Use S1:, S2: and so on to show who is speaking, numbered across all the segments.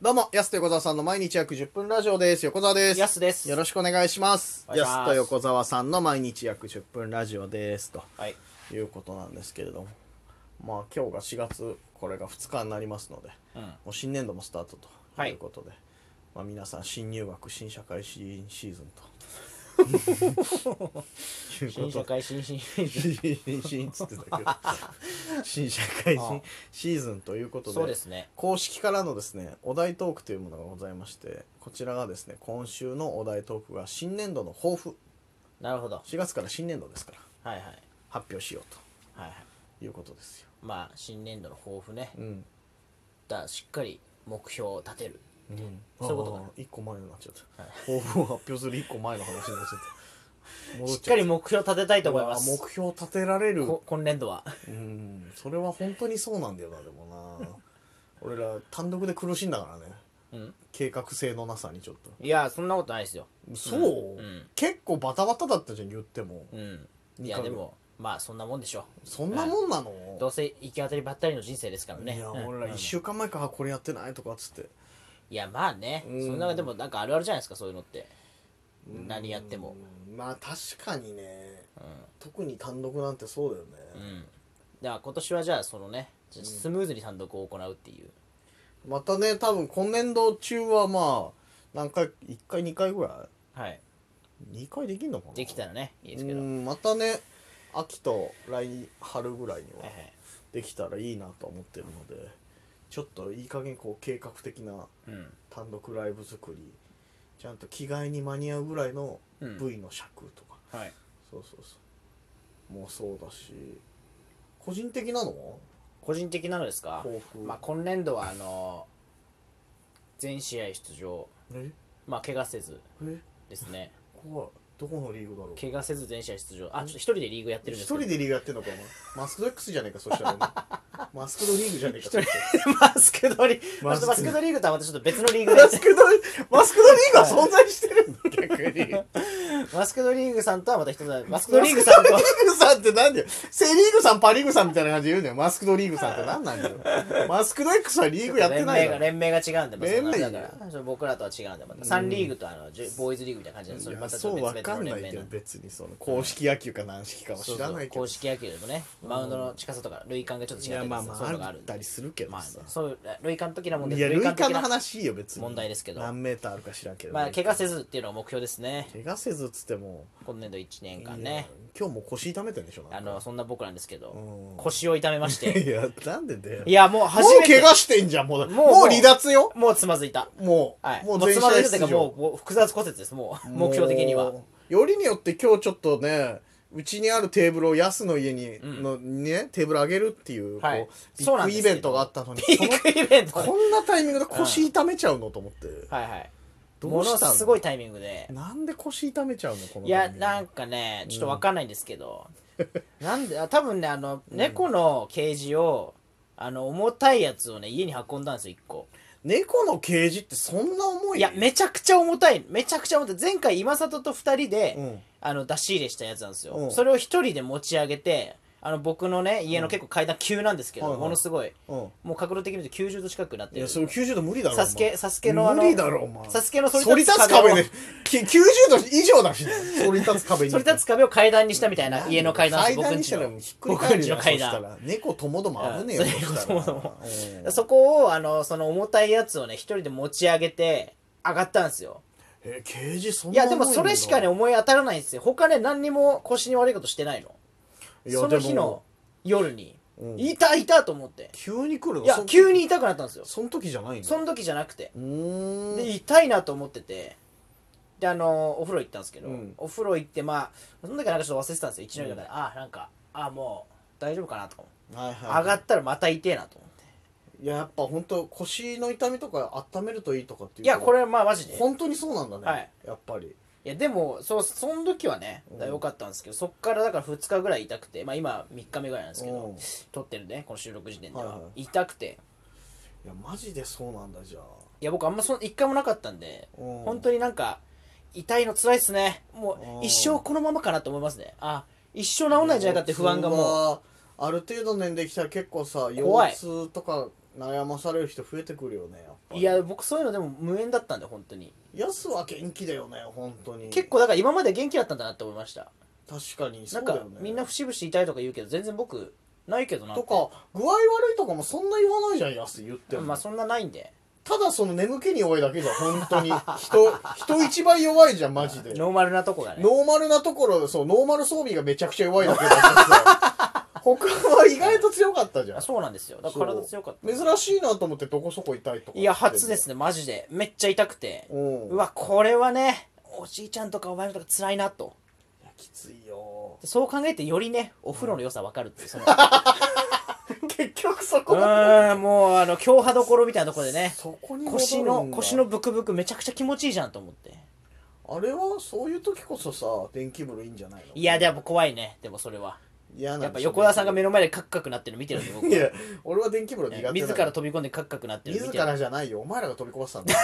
S1: どうも、安と横澤さんの毎日約10分ラジオです。横澤です。
S2: やすです。
S1: よろしくお願いします。
S2: お願いします
S1: 安と横澤さんの毎日約10分ラジオです。と
S2: はい。
S1: いうことなんですけれども。まあ今日が4月、これが2日になりますので、
S2: うん。
S1: もう新年度もスタートと
S2: はい
S1: いうことで、まあ皆さん新入学、新社会、新シーズンと。いう
S2: 新
S1: こと
S2: 社
S1: で
S2: 会新進
S1: 新新っつってたけど 新社会
S2: ああ
S1: 新シーズンということで
S2: そうですね。
S1: 公式からのですねお題トークというものがございましてこちらがですね今週のお題トークが新年度の抱負
S2: なるほど。はい
S1: 4月から新年度ですから
S2: はい。はい
S1: 発表しよう
S2: はい。
S1: ということですよ、
S2: まあ、新年度の抱負ね。
S1: うん
S2: だしっかり目標を立てる。
S1: そういこ
S2: そういううことと
S1: か
S2: か
S1: 1個前になっちゃった、
S2: はい
S1: 抱負を発表する1個前の話になっちゃっ た戻
S2: し
S1: っ
S2: っ
S1: ちゃ
S2: か
S1: っ
S2: り目標立てたいと
S1: た
S2: 思います。
S1: うわ目標立てられる
S2: こ今年度は。
S1: うんそれは本当にそうなんだよなでもな俺ら単独で苦しんだからね
S2: うん。
S1: 計画性のなさにちょっと
S2: いや、そんなことないですよ。
S1: そう、
S2: うん
S1: 結構バタバタだったじゃん言っても、
S2: うん。
S1: 二
S2: い
S1: ヶ
S2: や、
S1: 月
S2: でも、まあ、そんなもんでしょ
S1: そんなもんなの、
S2: う。どうせ行き当たりばったりの人生ですからね。
S1: いや
S2: うん
S1: 俺ら1週間前からこれやってないとかっつって
S2: いや、まあね。そ
S1: うん
S2: んな、でも、なんかあるあるじゃないですか、そういうのって。何やっても。
S1: うんまあ確かにね
S2: うん。
S1: 特に単独なんてそうだよ
S2: う
S1: ね、
S2: ん、だから今年はじゃあそのねじゃあスムーズに単独を行うっていう、
S1: またね多分今年度中はまあ何回1回2回ぐら
S2: はい
S1: い2回できんのかな
S2: できたらねいいですけど、
S1: う
S2: はい
S1: んまたね秋と来春ぐらいには
S2: はい
S1: できたらいいなと思ってるのでちょっといい加減こう計画的な
S2: うん
S1: 単独ライブ作りちゃんと着替えに間に合うぐらいの
S2: うん
S1: V の尺とか、
S2: はい、
S1: そうそうそうもうそうだし個人的なの
S2: 個人的なのですか
S1: 抱負、
S2: まあ、今年度はあの全試合出場
S1: え
S2: まあ怪我せず
S1: え
S2: ですね
S1: 怖いどこのリーグだろう
S2: 怪我せず全試合出場あちょっと一人でリーグやってるん
S1: 一
S2: ですけ
S1: 人
S2: ど
S1: でリーグやってんのかお前マスクド X じゃねえかそしたら、 ね、マスクドリーグじゃねえかそしたら
S2: バスケドリ
S1: マ
S2: バ
S1: スケ
S2: スケドリーグとはまたちょっと別のリーグ
S1: マ
S2: で
S1: スクドリマスクドリーグは存在してるの逆に
S2: バスケドリーグさんとはまた一つ だバスケド
S1: マ
S2: リ
S1: スク
S2: ー
S1: ド
S2: グ
S1: リ
S2: さんと
S1: ーグさんってなんだよセ・リーグさんパ・リーグさんみたいな感じで言うねよマスクドリーグさんって何なんだよマスクド X はリーグやってない
S2: 連
S1: だ
S2: 盟が
S1: ろ
S2: 連盟が違うんで、まあ、
S1: 連盟
S2: そのだからそれ僕らとは違うんでまた3リーグとあのじゅボーイズリーグみたいな感じでそれ
S1: い
S2: ま
S1: や
S2: たち
S1: そ
S2: ょっ
S1: う
S2: と
S1: わ
S2: 別
S1: か
S2: 々の
S1: ん
S2: 連
S1: ないけ
S2: 盟
S1: ど
S2: なんで
S1: 別にその公式野球か何式かは知らないけ
S2: そうそう
S1: ど
S2: 公式野球でもねマウンドの近さとか類感がちょっと
S1: い
S2: 違った
S1: や
S2: り
S1: まあ
S2: する
S1: ま
S2: そういうのが
S1: ああっ
S2: あるんで
S1: たりするけど
S2: まあ
S1: さ
S2: そういう類感的なもんで
S1: いや
S2: 類
S1: 類
S2: 感的
S1: 感の
S2: な
S1: 話いいよ別に
S2: 問題ですけど
S1: 何メーターあるか知らんけど
S2: まあ怪我せ
S1: ず
S2: ずっていうのが目標ですね
S1: 怪我せずっつっても
S2: 今年度1年間
S1: いや
S2: ね
S1: 今日も腰痛めてんでしょな
S2: あ
S1: んか
S2: のそんな僕なんですけ
S1: うん
S2: ど腰を痛めま して
S1: いやなんでだよ
S2: いやもう
S1: もう
S2: 初め
S1: 怪
S2: て
S1: 我してんじゃんもう
S2: もう
S1: もう離脱よ
S2: もうつまずいた
S1: も
S2: はいう
S1: も
S2: も
S1: う
S2: う
S1: 全
S2: つまずいたとい
S1: 身
S2: うかもうもう複雑骨折ですもう目標的には
S1: もうよりによって今日ちょっとねうちにあるテーブルをヤスの家に、
S2: ん
S1: のねテーブルあげるっていう,、
S2: はい
S1: こうビ
S2: そう
S1: ッ
S2: なん
S1: グイ
S2: ですけど
S1: ベントがあったのに
S2: ピークイベント
S1: この
S2: で
S1: こんなタイミングで腰痛めちゃうのと思って、
S2: はいはい
S1: どうしたの
S2: ものすごいタイミングで
S1: なんで腰痛めちゃうのこの
S2: いや
S1: な
S2: なんかねちょっとわかんないんです けど、なんであ多分ねあの猫のケージをあの重たいやつをね家に運んだんですよ1個
S1: 猫のケージってそんな重い
S2: いやめちゃくちゃ重たいめちゃくちゃ重たい前回今里と2人で、
S1: うん
S2: あの出し入れしたやつなんですよ、
S1: うん
S2: それを1人で持ち上げてあの僕のね家の結構階段急なんですけど、
S1: はいはい
S2: ものすごい
S1: うん
S2: もう角度的に見ると90度近くなって
S1: い
S2: る
S1: やそれ90度無理だろ
S2: サスケ
S1: お前
S2: サスケのあの
S1: 無理だろお前
S2: サスケの
S1: 反
S2: 反
S1: り
S2: り
S1: 立
S2: 立
S1: つ
S2: つ
S1: 壁
S2: 壁を
S1: でき90度以上だしね反り立つ壁に
S2: それ立つ壁を階段にしたみたいな家の階段
S1: 階
S2: 僕
S1: 段
S2: ん
S1: に
S2: ち
S1: したら
S2: の
S1: もうひっくり
S2: 僕
S1: 返
S2: ん
S1: る
S2: ち
S1: じゃ
S2: の
S1: んそ
S2: 階
S1: し
S2: 段
S1: たら猫ともども危ねえよ
S2: うん
S1: そしたら
S2: 猫ともども
S1: うん
S2: そこをあのその重たいやつをね一人で持ち上げて上がったんですよ
S1: えケージそん
S2: い
S1: な
S2: や
S1: 重
S2: で
S1: いんだ
S2: もそれしかね思い当たらないんですよ他ね何にも腰に悪いことしてないの
S1: いや
S2: その日
S1: でも
S2: の夜に
S1: うん
S2: いたいたと思って
S1: 急に来るの
S2: いや
S1: そ
S2: 急に痛くなったんですよ
S1: その時じゃないの
S2: その時じゃなくて
S1: うーん
S2: で痛いなと思っててであのお風呂行ったんですけど、
S1: うん
S2: お風呂行ってまあその時はなんかちょっと忘れてたんですよ一年間で、あなんかあもう大丈夫かなとか思って
S1: はいはい
S2: 上がったらまた痛えなと思って
S1: いややっぱ本当腰の痛みとか温めるといいとかっていう
S2: い
S1: い
S2: やこれまあマジで
S1: 本当にそうなんだね、
S2: はい
S1: やっぱり
S2: いやでもそうその時はねだ良かったんですけど、そっからだから2日ぐらい痛くてまあ今3日目ぐらいなんですけど、
S1: うん
S2: 撮ってるねこの収録時点では、
S1: はいは
S2: 痛くて
S1: いやマジでそうなんだじゃあ
S2: いや僕あんまその1回もなかったんで、
S1: うん
S2: 本当になんか痛いの辛いっすねも
S1: うん
S2: う一生このままかなと思いますねあ一生治んないんじゃないかって不安がもう
S1: うある程度の年齢来たら結構さ
S2: 怖い
S1: 腰痛とか悩まされる人増えてくるよねやっぱり
S2: いや僕そういうのでも無縁だったんで本当に
S1: やすは元気だよね本当に
S2: 結構だから今まで元気だったんだなって思いました
S1: 確かに
S2: な
S1: そ
S2: ん
S1: うだ
S2: か
S1: よね
S2: みんな節々痛いとか言うけど全然僕ないけどなって
S1: とか具合悪いとかもそんな言わないじゃんやす言っても、
S2: まあそんなないんで
S1: ただその眠気に弱いだけじゃん本当に人人一倍弱いじゃんマジでノ
S2: ノーマルなとこがね
S1: ーマルなところそうノーマル装備がめちゃくちゃ弱いだけだか らさ他は意外と強かったじゃ
S2: あ
S1: ん
S2: そうなんですよだから体強かった
S1: 珍しいなと思ってどこそこ痛いとか
S2: いや初です
S1: ね
S2: ねマジでめっちゃ痛くて
S1: うん
S2: うわこれはねおじいちゃんとかおばあちゃんとか辛いなと
S1: いやきついよ
S2: でそう考えてよりねお風呂の良さ分かるっていうその
S1: 結局そこ
S2: うーんもうあの強波どころみたいなとこでね
S1: そこに戻るんだ
S2: 腰の腰のブクブクめちゃくちゃ気持ちいいじゃんと思って
S1: あれはそういう時こそさ電気風呂いいんじゃないの
S2: いやでも怖いねでもそれは
S1: 嫌なんでしょ
S2: やっぱ横田さんが目の前でカクカクなってるの見てるんで僕
S1: いや俺は電気風呂苦手だ
S2: は自ら飛び込んでカクカクなってるの見
S1: 自
S2: てる
S1: らじゃないよお前らが飛び込ませたん だよ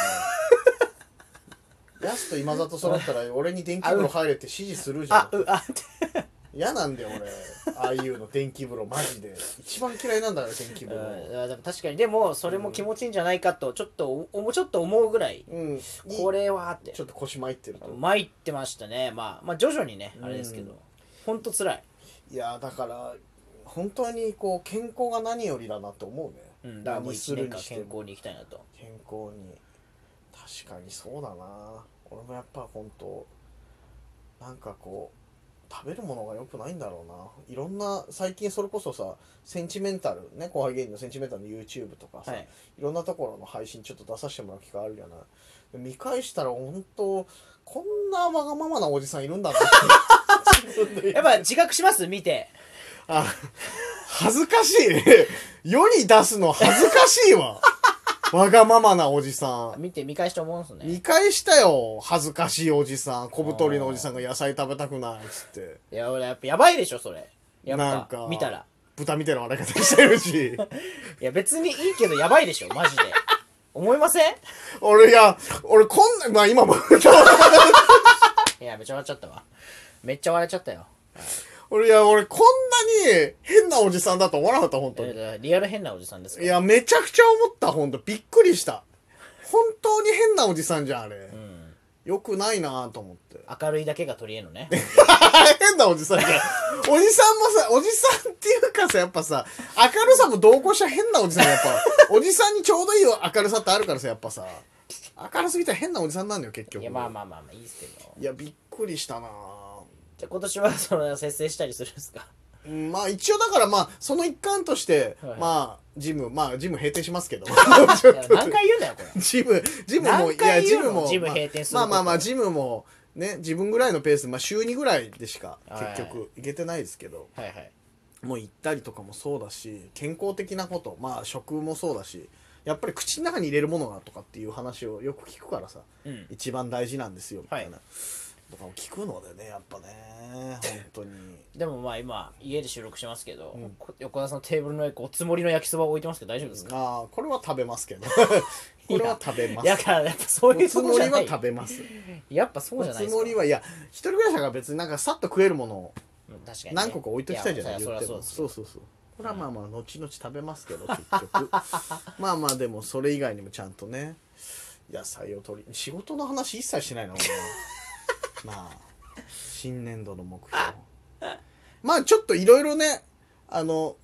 S1: ヤスと今里揃ったら俺に電気風呂入れって指示するじゃ
S2: あ
S1: ん
S2: うあって
S1: 嫌なんだよ俺ああいうの電気風呂マジで一番嫌いなんだから電気風呂
S2: うん、でも確かにでもそれも気持ちいいんじゃないかとちょっとおおちょっと思うぐらい
S1: うん
S2: これはって
S1: ちょっと腰巻いてると
S2: 参ってましたねまあまあ徐々にね
S1: うん
S2: あれですけどほんとつらい、
S1: いやだから本当にこう健康が何よりだなと思うね、
S2: うん、だからもう
S1: 何す
S2: 1
S1: る
S2: 年
S1: に
S2: 間
S1: して
S2: 健
S1: も
S2: 康に行きたいなと
S1: 健康に確かにそうだな俺もやっぱ本当なんかこう食べるものが良くないんだろうないろんな最近それこそさセンチメンタルね後輩芸人のセンチメンタルの YouTube とかさ、
S2: はいい、
S1: ろんなところの配信ちょっと出させてもらう機会あるじゃないで見返したら本当こんなわがままなおじさんいるんだなって自分で
S2: やっぱ自覚します見て
S1: あ、恥ずかしいね。世に出すの恥ずかしいわ。わがままなおじさん。
S2: 見て見返して思うんですね
S1: 見返したよ。恥ずかしいおじさん。小太りのおじさんが野菜食べたくないっつって。
S2: いや俺やっぱやばいでしょそれやっ
S1: なん
S2: ぱ
S1: か
S2: 見たら
S1: 豚みたいな笑い方してるし。
S2: いや別にいいけどやばいでしょマ ジで思いません
S1: 俺、いや、俺こんな、まあ今も、
S2: いやめっちゃ笑っちゃったわめっちゃ笑っちゃったよ
S1: 俺、いや、俺こんなに変なおじさんだと思わなかった、本当に。
S2: えーリアル変なおじさんですか
S1: い
S2: ら
S1: や、めちゃくちゃ思った、本当びっくりした。本当に変なおじさんじゃん、あれ
S2: う。ん
S1: よくないなと思って。
S2: 明るいだけが取り柄のね
S1: 変なおじさんじゃん。おじさんもさ、おじさんっていうかさ、やっぱさ、明るさも同行した変なおじさんがやっぱ、おじさんにちょうどいい明るさってあるからさ、やっぱさ、明るすぎたら変なおじさんなんだよ、結局。
S2: いやまあまあまあまあいいですけど
S1: いやびっくりしたな
S2: じゃあ今年はその節制したりするんで すか
S1: うんまあ一応だからまあ、その一環として、
S2: はい
S1: まあ、ジム、まあ、ジム閉店しますけど。
S2: いや何回言うんだよこれ
S1: ジム、ジムも、
S2: 何回言うのジム
S1: まあ
S2: 閉店する
S1: ま
S2: こ
S1: あ
S2: と
S1: まあまあ、ジムも、ね、自分ぐらいのペース、まあ週2ぐらいでしか、結
S2: は
S1: 局、いけてないですけど。
S2: はいはい
S1: もう行ったりとかもそうだし健康的なことまあ食もそうだしやっぱり口の中に入れるものがとかっていう話をよく聞くからさ
S2: うん
S1: 一番大事なんですよみたいな、
S2: は
S1: とかも聞くのでねやっぱね本当に
S2: でもまあ今家で収録しますけど、
S1: ん
S2: こ横田さんのテーブルの上におつもりの焼きそば置いてますけど大丈夫ですか、
S1: ああこれは食べますけどこれは食べま
S2: いや
S1: す
S2: だからやっぱそうい
S1: お
S2: う
S1: つ
S2: と
S1: も
S2: こじ
S1: り
S2: ゃな
S1: はい食べます
S2: やっぱそう
S1: お
S2: じゃない
S1: つ
S2: ですか
S1: もりはいや一人暮らしだから別になんかさっと食えるものを
S2: うん確かにね、
S1: 何個か置いときたいじゃない
S2: や
S1: 言
S2: そり
S1: っ
S2: ゃ
S1: て
S2: そう
S1: も
S2: です
S1: そうそうそうこれはまあまあ後々食べます けど結局まあまあでもそれ以外にもちゃんとね野菜を取り仕事の話一切し ないな俺はまあ新年度の目標まあちょっといろいろねあの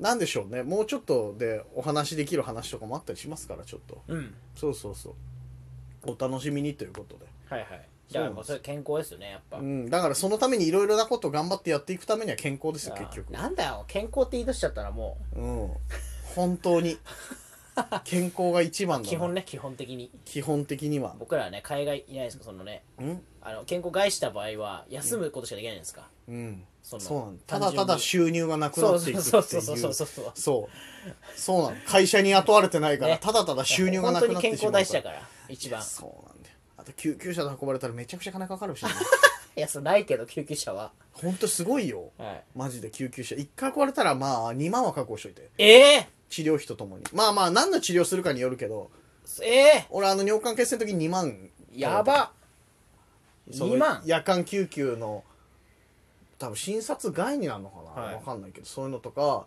S1: なんでしょうねもうちょっとでお話できる話とかもあったりしますからちょっと
S2: うん
S1: そうそうそうお楽しみにということで
S2: はいはいじゃあもうそれ健康ですよねやっぱ、
S1: うん、だからそのためにいろいろなことを頑張ってやっていくためには健康ですよ
S2: あ
S1: 結局
S2: なんだよ健康って言い出しちゃったらも
S1: うん本当 に健康が一番だ
S2: う
S1: な
S2: 基本ね基本的に
S1: 基本的には
S2: 僕らはね海外いないですかそのね
S1: うん、
S2: あの健康害した場合は休むことしかできないじゃないですか、
S1: うん、
S2: その
S1: そうなんた
S2: 単
S1: だ
S2: 純に
S1: ただ収入がなくな
S2: そう
S1: って
S2: そ
S1: いうくっていう
S2: そうそうそうそうそう
S1: そうそうなの会社に雇われてないから、
S2: ね
S1: ただただ収入がなくなってしまう
S2: 本当に健康大事だから一
S1: い
S2: 番
S1: やそうなんだよあと救急車で運ばれたらめちゃくちゃ金かかるし ね
S2: いやそうないけど救急車は、
S1: ほんとすごいよ
S2: はい、
S1: マジで救急車一回壊れたらまあ2万は確保しといて
S2: ええ
S1: 治療費とともにまあまあ何の治療するかによるけど
S2: ええ
S1: 俺あの尿管結石の時2万
S2: やば
S1: その
S2: 2万
S1: 夜間救急の多分診察外になるのかな、
S2: はい
S1: わかんないけどそういうのとか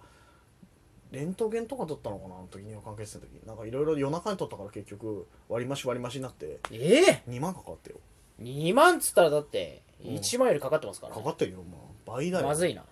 S1: レントゲンとか取ったのかなあの時には関係してた時なんかいろいろ夜中に取ったから結局割り増し割り増しになって
S2: ええ
S1: 2万かかってよ
S2: 2万っつったらだって
S1: うん
S2: 1万よりかかってますから、
S1: かかってるよまあ倍だよ
S2: まずいな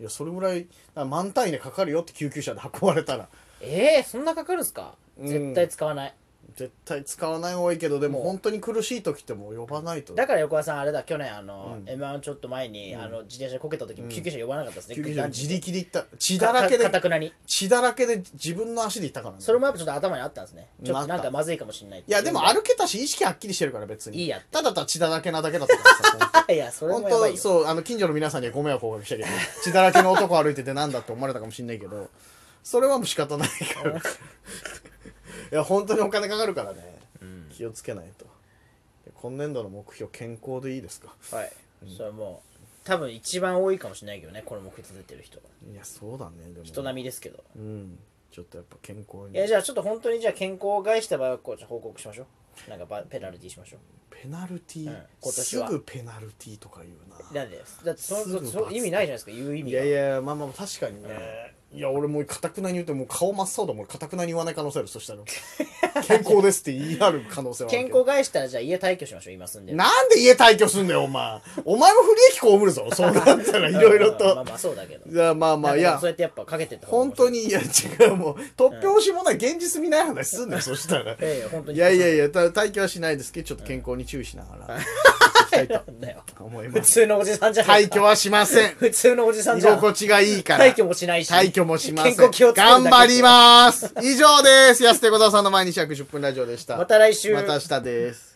S2: い
S1: やそれぐらいあ満単位でかかるよって救急車で運ばれたら
S2: ええそんなかかるんすか
S1: うん
S2: 絶対使わない、
S1: 絶対使わない方がいいけどでも
S2: もう
S1: 本当に苦しい時ってもう呼ばないと
S2: だから横川さんあれだ去年あの、
S1: うん
S2: m 1ちょっと前に、
S1: うん
S2: あの自転車こけた時
S1: うん
S2: も救急車呼ばなかったですね、
S1: 救急車
S2: 男
S1: 自
S2: 児
S1: 力で行った血だらけ
S2: かか
S1: で
S2: たくなに
S1: 血だらけで自分の足で行ったからね
S2: それもやっぱちょっと頭にあったんですねちょっとなんかまずいかもしれないって
S1: いやでも歩けたし意識はっきりしてるから別に
S2: いいや
S1: ただただ血だらけなだけだったからさ
S2: い やそれ
S1: 本
S2: もやばい
S1: 当
S2: よ
S1: そうあの近所の皆さんにはご迷惑をおかけしたけ ど血だらけの男歩いててなんだって思われたかもしれないけどそれはもう仕方ないからい や本当にお金かかるからね
S2: うん
S1: 気をつけないとで今年度の目標健康でいいですか
S2: はい、それはもう多分一番多いかもしれないけどねこの目標立ててる人
S1: いやそうだねでも
S2: 人並みですけど、
S1: うんちょっとやっぱ健康
S2: いや
S1: に
S2: じゃあちょっと本当にじゃあ健康を害した場合はこう報告しましょうなんかばペナルティーしましょ
S1: ペナルティー、
S2: うん今年
S1: す
S2: は
S1: ぐペナルティーとか言う
S2: うなんでだってそ
S1: すぐ罰
S2: そ意味ないじゃないですか言う意
S1: な
S2: 味
S1: い
S2: が
S1: やいやまあまあ確かにね、いや俺もうかたくなに言うてもう顔真っ青だもんかたくなに言わない可能性あるそしたら健康ですって言い張る可能性はある
S2: 健
S1: け
S2: 康
S1: ど
S2: 害したらじゃあ家退去しましょう今住んでる
S1: なんで家退去すんだよお前お前も不利益被るぞそうなったらいろいろ
S2: まあま
S1: と
S2: あまあそうだけど
S1: いやまあまあい
S2: な
S1: や
S2: んかでもそうやってやっぱかけてった方が
S1: 本
S2: 面白
S1: 当
S2: い
S1: にいや違うもう突拍子もない現実見ない話すんだよそしたら
S2: ええ本当に
S1: いやいやいや、た退去はしないですけど、ちょっと健康に注意しながら、行きたいと
S2: なんだよ
S1: 思い
S2: 普
S1: ます。
S2: 通のおじさんじゃない
S1: 退去はしません。
S2: 普通のおじさん
S1: 居
S2: じゃん
S1: 心地がいいから。
S2: 退去もしないし
S1: 退去もしません。
S2: 健康気をつけるだ
S1: 頑
S2: け
S1: 張ります。以上です。安手小沢さんの毎日約10分ラジオでした。
S2: また来週
S1: また明日です。